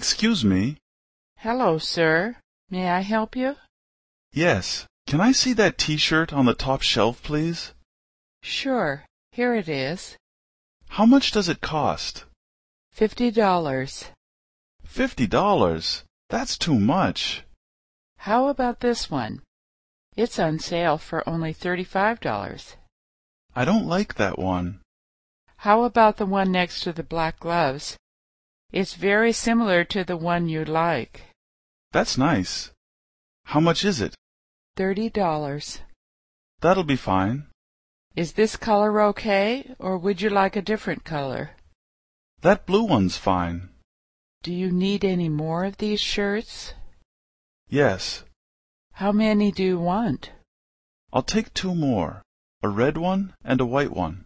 Excuse me. Hello, sir. May I help you? Yes. Can I see that T-shirt on the top shelf, please? Sure. Here it is. How much does it cost? Fifty dollars. Fifty dollars? That's too much. How about this one? It's on sale for only thirty-five dollars. I don't like that one. How about the one next to the black gloves? It's very similar to the one you like. That's nice. How much is it? Thirty dollars. That'll be fine. Is this color okay, or would you like a different color? That blue one's fine. Do you need any more of these shirts? Yes. How many do you want? I'll take two more. A red one and a white one.